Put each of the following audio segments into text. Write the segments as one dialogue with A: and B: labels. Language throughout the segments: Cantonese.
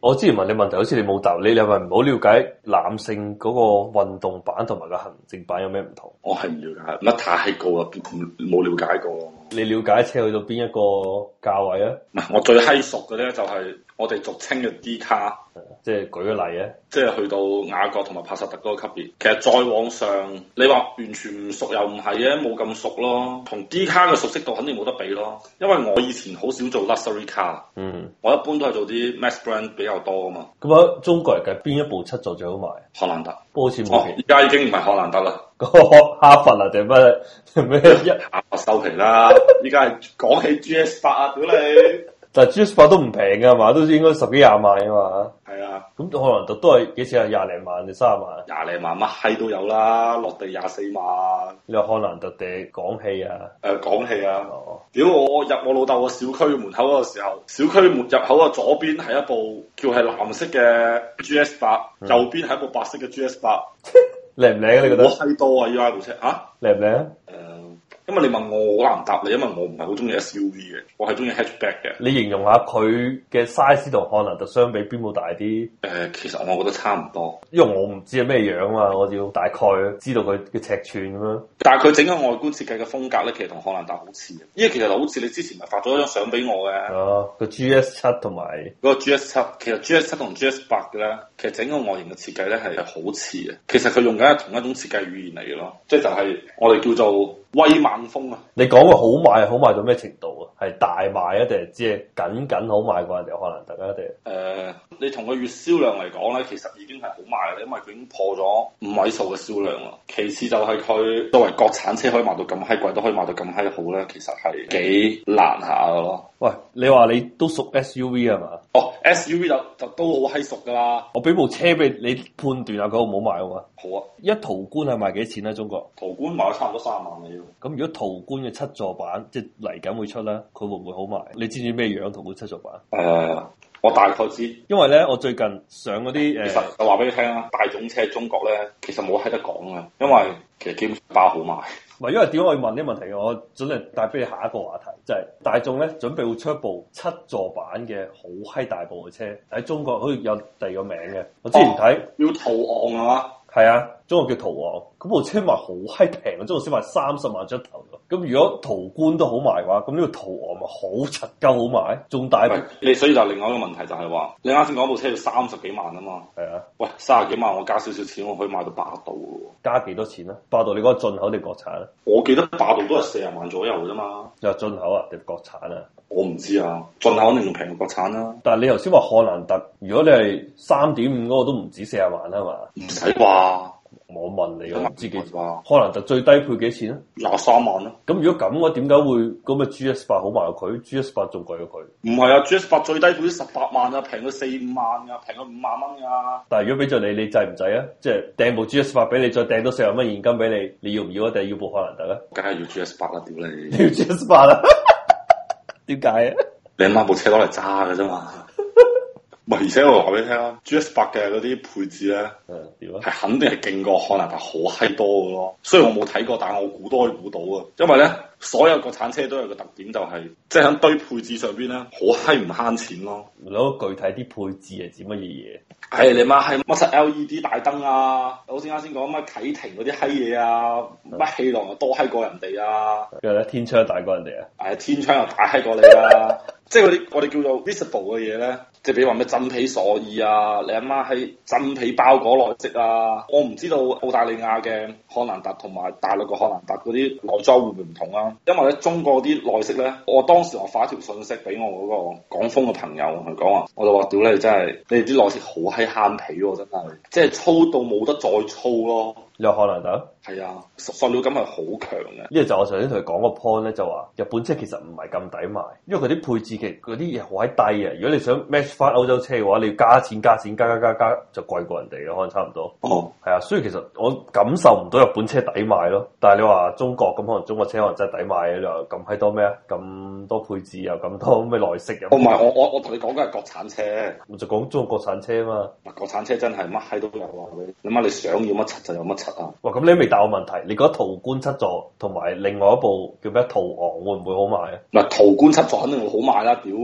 A: 我之前問你問題，好似你冇答，你你係咪唔好了解男性嗰個運動版同埋個行政版有咩唔同？
B: 我係唔了解，乜太高啦，唔冇了解過。唔
A: 你了解車去到邊一個價位啊？
B: 係我最閪熟嘅咧，就係我哋俗稱嘅 D 卡。
A: 即係舉個例啊，
B: 即係去到雅各同埋帕薩特嗰個級別，其實再往上，你話完全唔熟又唔係嘅，冇咁熟咯。同 D 卡嘅熟悉度肯定冇得比咯，因為我以前好少做 luxury car，
A: 嗯，
B: 我一般都係做啲 mass brand 比較多啊嘛。
A: 咁啊，中國人計邊一部七座最好賣？
B: 荷蘭特，
A: 不過好似冇
B: 哦，
A: 嘅
B: 依家已經唔係荷蘭特啦，
A: 嗰個哈佛啊定乜咩一？
B: 下收皮啦。依家係講起 GS 八啊，屌你！
A: 但 G S 八都唔平噶嘛，都應該十幾廿萬啊嘛。
B: 係啊，
A: 咁可能都都係幾錢啊？廿零萬定三十萬？
B: 廿零萬乜閪都有啦，落地廿四萬。
A: 你話漢蘭特定港氣啊？
B: 誒、講起啊〜
A: 哦，
B: 屌我入我老豆個小區門口嗰個時候，小區門入口嘅左邊係一部叫係藍色嘅 GS 八，右邊係一部白色嘅 GS 八，
A: 靚唔靚啊？你覺
B: 我
A: 得
B: 閪多啊！依家部車嚇，
A: 靚唔靚啊？
B: 誒、因為你問我，我好難答你，因為我唔係好中意 SUV 嘅，我係中意 hatchback 嘅。誒、
A: 你形容下佢嘅 size 同漢蘭特相比，邊部大啲？
B: 其實我覺得差唔多，
A: 因為我唔知係咩樣嘛，我要大概知道佢嘅尺寸咁樣。
B: 但係佢整個外觀設計嘅風格咧，其實同漢蘭達好似嘅。因為其實好似你之前咪發咗一張相俾我嘅，
A: 啊，個 G S 七同埋
B: 嗰個 GS 七，其實 GS 七同 GS 八嘅咧，其實整個外形嘅設計咧係好似嘅。其實佢用緊係同一種設計語言嚟嘅咯，即係就係我哋叫做威猛風啊！
A: 你講個好賣，好賣到咩程度啊？係大賣啊，定係只係僅僅好賣過人哋漢蘭特啊？定係
B: 誒、你同佢月銷量嚟講咧，其實已經係好賣啦，因為佢已經破咗五位數嘅銷量啦。其次就係佢作為國產車可以賣到咁閪貴，都可以賣到咁閪好咧，其實係幾難下嘅咯。
A: 喂，你話你都熟 S U V 係嘛？
B: 哦，SUV 就就都好閪熟㗎啦。
A: 我俾部車俾你判斷下佢好唔好賣好嘛？
B: 好啊，
A: 一途觀係賣幾錢咧？啊中國
B: 途觀賣咗差唔多三十萬啦要。
A: 咁如果途觀嘅七座版即係嚟緊會出咧，佢會唔會好賣？你知唔知咩樣途觀七座版？
B: 誒、我大概知。
A: 因為咧，我最近上嗰啲
B: 其
A: 誒
B: 實我話俾你聽啦，大眾車中國咧，其實冇閪得講啊，因為其實基本上包好賣。
A: 唔係，因為點解我要問呢個問題嘅？我準備帶俾你下一個話題，就係、大眾咧準備會出一部七座版嘅好閪大部嘅車，喺中國好似有第二個名嘅。我之前睇
B: 要圖案啊嘛，
A: 係、啊，中國叫途昂，咁部車賣好閪平，中國先賣三十萬出頭㗎。咁如果途觀都好賣嘅話，咁呢個途昂咪好柒鳩好賣，仲大
B: 喂
A: 係
B: 你所以就另外一個問題就係話，你啱先講部車要三十幾萬啊嘛，
A: 啊，
B: 喂，三十幾萬我加少少錢，我可以買到霸道嘅喎。
A: 加幾多錢啊？霸道你嗰個進口定國產啊？
B: 我記得霸道都係四十萬左右嘅啫嘛，
A: 又係進口啊定國產啊？
B: 我唔知啊，進口肯定仲平過國產啦、
A: 但係你頭先話漢蘭特，如果你係三點五嗰個都唔止四十萬啦嘛？
B: 唔使啩，
A: 我問你，我唔知幾
B: 啩，
A: 可能就最低配幾錢咧？
B: 廿三萬啦、
A: 咁如果咁嘅話，點解會咁嘅 G S 八好賣過佢？G S 八仲貴過佢。
B: 唔係啊，GS 八最低款十八萬啊，平咗四五萬啊，平咗五萬蚊啊。
A: 但係如果俾咗你，你制唔制啊？即係掟部 G S 八俾你，再掟多四十蚊現金俾你，你要唔要啊？定係要部可能特啊？
B: 梗係要 GS 八啦，屌你！
A: 你要 G S 八啊？ 點解啊？
B: 你阿媽部車攞嚟揸嘅啫嘛。唔係，而且我話俾你聽啊，GS 八嘅嗰啲配置咧，
A: 嗯，點 啊？
B: 係肯定係勁過漢蘭達好閪多嘅咯。雖然我冇睇過，但係我估都可以估到啊。因為咧，所有國產車都有個特點、就係即係喺堆配置上邊咧，好閪唔慳錢咯。
A: 攞具體啲配置係指乜嘢嘢？
B: 唉、你媽閪乜柒 LED 大燈啊，好似啱先講乜啟停嗰啲閪嘢啊，乜氣囊又多閪過人哋啊，
A: 跟住咧，天窗大過人哋啊！
B: 唉、天窗又大閪過你啊， 即係嗰啲我哋叫做 visible 嘅嘢咧，即係比如話咩真皮鎖耳啊，你阿媽喺真皮包裹內飾啊，我唔知道澳大利亞嘅漢蘭達同埋大陸嘅漢蘭達嗰啲內裝會唔會唔同啊？因為咧中國啲內飾咧，我當時我發一條信息俾我嗰個廣豐嘅朋友，佢講話，我就話屌你真係，你哋啲內飾好閪慳皮喎、真係，即係粗到冇得再粗咯。
A: 有可能特。
B: 係啊，塑料感係好強嘅。
A: 呢個就我頭先同佢講個 point 咧，就話日本車其實唔係咁抵買，因為佢啲配置其實嗰啲嘢好閪低啊。如果你想 match 翻歐洲車嘅話，你要加錢加錢加加加加，就貴過人哋嘅，可能差唔多。
B: 哦，
A: 係啊，所以其實我感受唔到日本車抵買咯。但係你話中國咁，可能中國車可能真係抵買嘅。你話咁閪多咩啊？咁多配置又咁多咩內飾
B: 哦我唔
A: 又，
B: 係我我我同你講嘅係國產車。
A: 我就講中國國產車嘛。
B: 嗱，國產車真係乜閪都有啊！你諗下，你想要乜柒就有乜柒七啊。
A: 哇！咁你未答我問題，你覺得途觀七座同埋另外一部叫咩途昂會唔會好賣啊？
B: 嗱，途觀七座肯定會好賣啦，屌！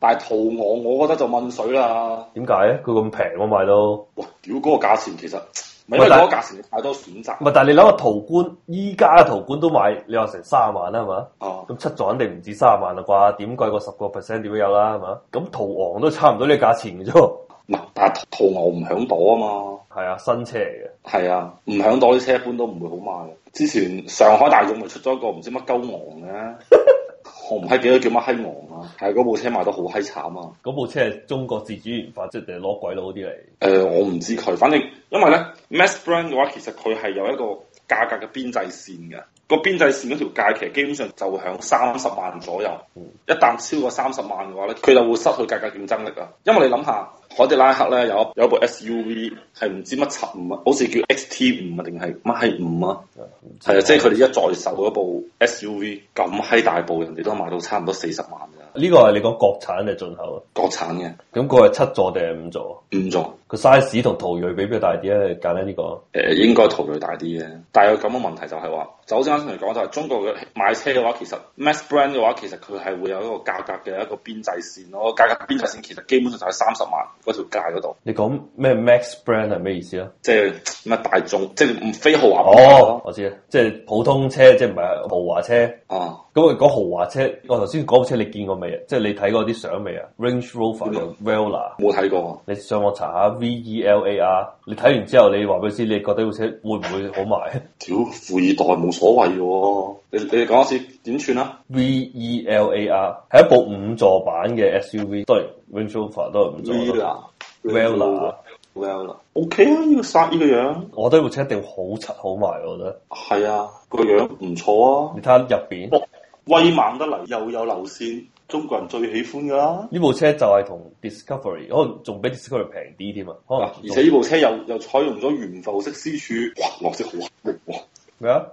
B: 但係途昂，我覺得就問水啦。
A: 點解啊咧？佢咁平我買到。
B: 哇，屌嗰、個價錢其實唔係因為
A: 但係
B: 嗰個價錢太多選擇
A: 唔係，但係你諗下途觀，依家嘅途觀都買，你話成卅萬啦，係嘛？
B: 啊。
A: 咁七座肯定唔止卅萬啦啩？點貴過十個 percent 點都有啦，係嘛？咁途昂都差唔多呢個價錢嘅啫喎。
B: 嗱，但係途途昂唔響度啊嘛。
A: 係啊，新車嚟嘅。
B: 係啊，唔響度啲車一般都唔會好賣嘅。之前上海大眾咪出咗一個唔知乜鳩昂嘅， 我唔閪記得叫乜閪昂啊。係嗰部車賣得好閪慘啊！
A: 嗰部車係中國自主研發，即係定係攞鬼佬嗰啲嚟。
B: 誒、呃我唔知佢，反正因為咧 mass brand 嘅話，其實佢係有一個價格嘅邊際線嘅。個邊際線嗰條界其實基本上就會響三十萬左右，一旦超過三十萬嘅話咧，佢就會失去價格競爭力啊！因為你諗下，凱迪拉克咧有一有一部 SUV 係唔知乜七五啊，好似叫 XT 五啊定係乜閪五啊？係啊，
A: 嗯
B: 即係佢哋一在售嗰部 SUV 咁閪大部，人哋都賣到差唔多四十萬㗎，
A: 呢個係你講國產定係進口啊？
B: 國產嘅
A: 咁佢係七座定係五座？啊
B: 五座。
A: 個 size 同途鋭比比較大啲啊？你簡單啲講。
B: 誒、呃應該圖類大啲嘅，但係有咁嘅問題就係話，就好似啱先嚟講，就係中國嘅買車嘅話，其實 mass brand 嘅話，其實佢係會有一個價格嘅一個邊際線咯，價格邊際線其實基本上就係三十萬嗰條界嗰度，
A: 你講咩 Max brand 係咩意思啊？
B: 即係咩大眾，即係唔非豪華品牌
A: 哦
B: 咯，，
A: 我知啦，即係普通車，即係唔係豪華車。
B: 啊，
A: 咁我講豪華車，我頭先講部車你見過未啊？即係你睇過啲相未啊？Range Rover 有 Velar，
B: 冇睇過，
A: 你上網查下 V E L A R。你睇完之後，你話俾我知，你覺得部車會唔會好賣
B: 屌富二代冇所謂嘅喎，你你講一次點算啊？
A: ？V E L A R 係一部五座版嘅 S U V，當然 Range Rover 都係五座啦。Vela
B: Vela，Vela，OK 啊，呢個衫呢個樣，
A: 我覺得部車一定好柒好賣，我覺得。
B: 係啊，個樣唔錯啊
A: 你。睇下入邊。
B: 威猛得嚟，又有流線，中國人最喜歡噶啦。
A: 呢部車就係同 Discovery 可能仲比 Discovery 平啲添啊，可能
B: 而且呢部車又又採用咗懸浮式絲柱，哇！內飾好黑，哇！
A: 咩啊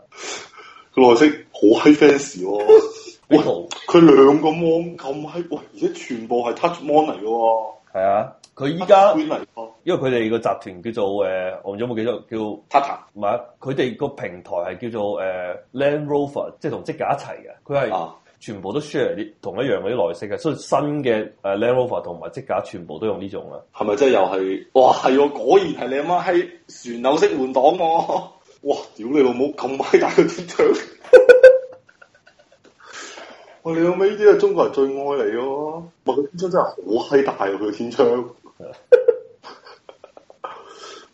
B: 佢內飾好閪 fans 喎，
A: 呢部
B: 佢兩個 mon 咁閪，喂！而且全部係 touch mon 嚟嘅喎，
A: 係啊，佢依家
B: screen 嚟喎
A: 因為佢哋個集團叫做誒、呃我唔知有冇記錯叫唔
B: Tata
A: 係啊，佢哋個平台係叫做誒、呃 Land Rover，即係同積架一齊嘅，佢係
B: 啊，
A: 全部都 share 啲同一樣嗰啲內飾嘅，所以新嘅誒 Land Rover 同埋積架全部都用呢種啊。
B: 係咪真係又係？哇！係喎，果然係你阿媽閪旋鈕式換擋喎、 哇！屌你老母咁閪大個天 窗！喂，你老尾呢啲係中國人最愛嚟嘅喎，哇！個天窗真係好閪大啊！佢個天窗，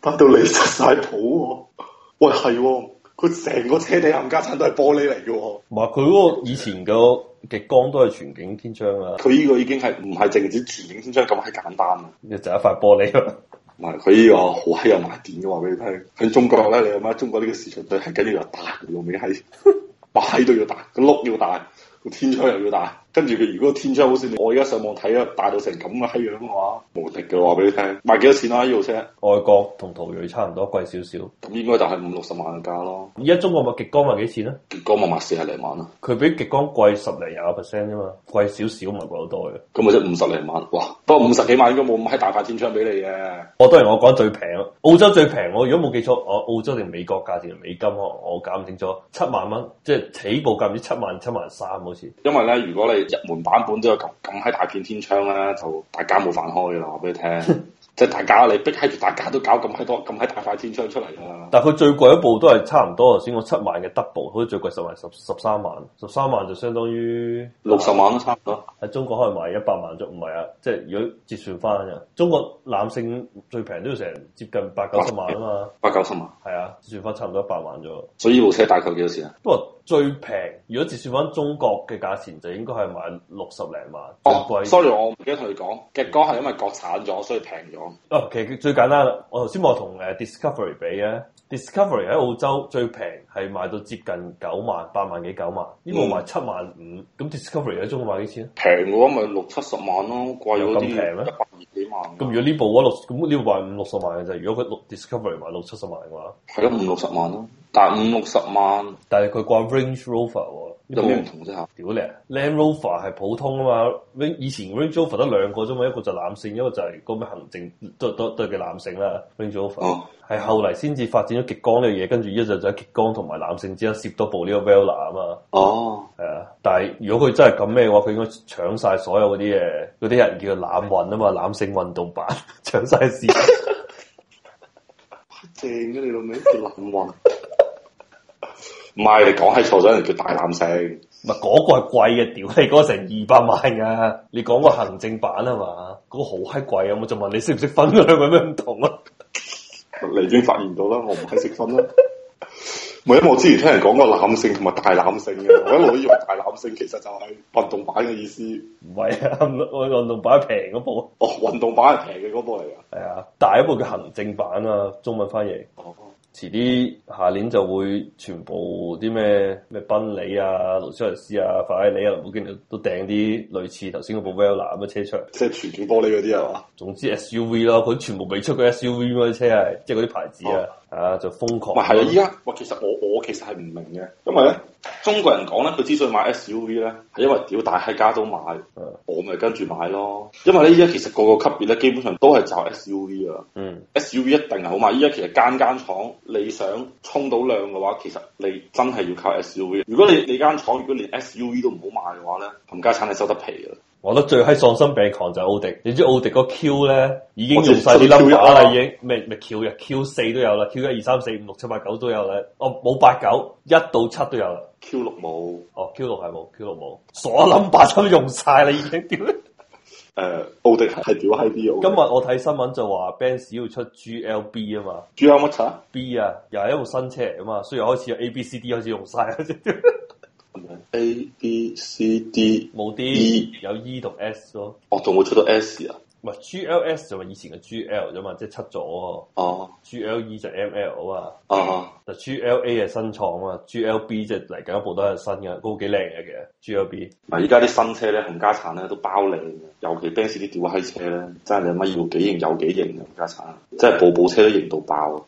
B: 大到你實晒譜喎！喂，係喎，佢成個車底冚家鏟都係玻璃嚟嘅喎，
A: 同埋佢嗰個以前嘅極光都係全景天窗啊，
B: 佢呢個已經係唔係淨止全景天窗咁閪簡單啊啦。
A: 就一塊玻璃啊。
B: 唔係佢呢個好閪有賣點嘅話俾你聽，喺中國咧，你阿媽中國呢個市場對係緊要又大，老尾係 擺都要大，個碌要大，個天窗又要大，跟住佢如果個天窗好似我而家上網睇啊，大到成咁嘅閪樣嘅話，無敵嘅話俾你聽，賣幾多錢啊？呢部車
A: 外國同途銳差唔多，貴少少。
B: 咁應該就係五六十萬嘅價咯，
A: 而家中國咪極光賣幾錢咧？
B: 結果咪賣四十零萬啦，
A: 佢比極光貴十零廿個 percent 啫嘛，貴少少唔係貴好多嘅。
B: 咁咪即係五十零萬，哇！不過五十幾萬應該冇咁閪大塊天窗俾你嘅，
A: 我哦當然我講最平咯，澳洲最平我如果冇記錯，哦我澳洲定美國價錢美金可能我搞唔清楚，七萬蚊即係起步價唔知七萬七萬三好似。
B: 因為咧如果你入門版本都有咁咁閪大片天窗咧，就大家冇飯開嘅啦，話俾你聽。 即係大家你逼喺住，大家都搞咁閪多咁閪大塊天窗出嚟㗎啦。
A: 但係佢最貴一部都係差唔多頭先我七萬嘅 double，好似最貴十萬十十三萬，十三萬就相當於
B: 六十萬都差唔多。
A: 喺中國可能賣一百萬啫，唔係啊，即係如果折算翻啊，中國男性最平都要成接近八九十萬啊嘛，
B: 八九十萬。
A: 係啊，折算翻差唔多一百萬咗。
B: 所以呢部車大概幾多錢啊？
A: 不過最平，如果折算翻中國嘅價錢，就應該係買六十零萬，最
B: 哦
A: 貴。
B: ，sorry，我唔記得同你講，極光係因為國產咗，所以平咗。
A: 哦，其實最簡單啦，我頭先話同誒 Discovery 比嘅，Discovery 喺澳洲最平係賣到接近九萬、八萬幾九萬，呢個
B: 嗯
A: 賣七萬五，咁 Discovery 喺中國賣幾錢啊？
B: 平嘅話咪六七十萬咯，貴
A: 有
B: 嗰
A: 咁
B: 啲
A: 平咩
B: 一百二幾萬。
A: 咁如果呢部嘅話六，咁呢部賣五六十萬嘅啫。如果佢六 Discovery 賣六七十萬嘅話，
B: 係咯，五六十萬咯。但係五六十萬，
A: 但係佢掛 Range Rover 喎，
B: 有咩唔同啫嚇？
A: 屌你啊，Land Rover 係普通啊嘛，以前 Range Rover 得兩個啫嘛，一個就攬勝，一個就係嗰咩行政都都都係叫攬勝啦，Range Rover
B: 哦
A: 係、後嚟先至發展咗極光呢樣嘢，跟住依家就就喺極光同埋攬勝之間攝多部呢個 Vela 啊嘛。
B: 哦，
A: 係啊，但係如果佢真係咁咩嘅話，佢應該搶晒所有嗰啲嘢，嗰啲人叫做濫運啊嘛，濫性運動版 搶晒市場。
B: 正嘅你老味叫冷運。唔係你講閪錯咗，人叫大攬性。
A: 唔係嗰個係貴嘅，屌你嗰個成二百萬噶，你講個行政版啊嘛，嗰、個好閪貴啊！我就問你識唔識分嗰兩個有咩唔同啊？
B: 你已經發現到啦，我唔係識分啦。唔係因為我之前聽人講過攬性同埋大攬性嘅，我一路都以為大攬性其實就係運動版嘅意思。
A: 唔係啊， 我運動版係平嗰部，
B: 哦，運動版係平嘅嗰部嚟㗎。
A: 係啊，大一部嘅行政版啊，中文翻譯。
B: 哦，
A: 遲啲下年就會全部啲咩咩賓利啊、勞斯萊斯啊、法拉利啊、林寶堅尼都訂啲類似頭先嗰部 Vela 咁嘅車出嚟。
B: 即係全景玻璃嗰啲係嘛？
A: 總之 SUV 咯，佢全部未出過 SUV 嗰啲車係，即係嗰啲牌子啊，啊就瘋狂。
B: 唔哦係係啊！依家喂，其實我我其實係唔明嘅，因為咧中國人講咧，佢之所以買 SUV 咧，係因為屌大閪家都買
A: 嗯，
B: 我咪跟住買咯。因為咧依家其實個個級別咧，基本上都係就 SUV 啊
A: 嗯，
B: ，SUV 一定係好賣。依家其實間間廠你想衝到量嘅話，其實你真係要靠 SUV。如果你你間廠如果連 SUV 都唔好賣嘅話咧，冚家產係收得皮嘅。
A: 我覺得最閪喪心病狂就係奧迪，你知奧迪個 Q 咧已經用晒啲
B: 我知
A: number 啦，
B: Q1
A: 已經咩咩 Q 嘅 Q 四都有啦，Q 一二三四五六七八九都有啦，哦冇八九一到七都有啦，
B: Q 六冇，誒、
A: 哦 Q 六係冇 Q 六冇，所有 number 都用晒啦已經，屌！
B: 奧迪係屌閪啲
A: 今日
B: 嘅。
A: 我睇新聞就話 Benz 要出 GLB 啊嘛
B: 今主要乜柒啊
A: ，B 啊又係一部新車嚟啊嘛，雖然開始有 A B C D 開始用晒啦，
B: ？A、B、C、D，
A: 冇
B: E
A: D 有 E 同 S 咯。
B: 我仲會出到 S 啊？
A: 唔係 GLS 就係以前嘅 GL 啫嘛，即係出咗
B: 哦。
A: GLE 就 ML 啊嘛，
B: 啊，
A: 就 GLA 係新廠啊嘛，GLB 即係嚟緊一部都係新嘅，都幾靚嘅嘅 GLB。
B: 嗱，依家啲新車咧，冚家產咧都包你嘅，尤其 Benz 啲屌閪車咧，真係你乜要幾型有幾型嘅冚家產，真係部部車都型到爆啊！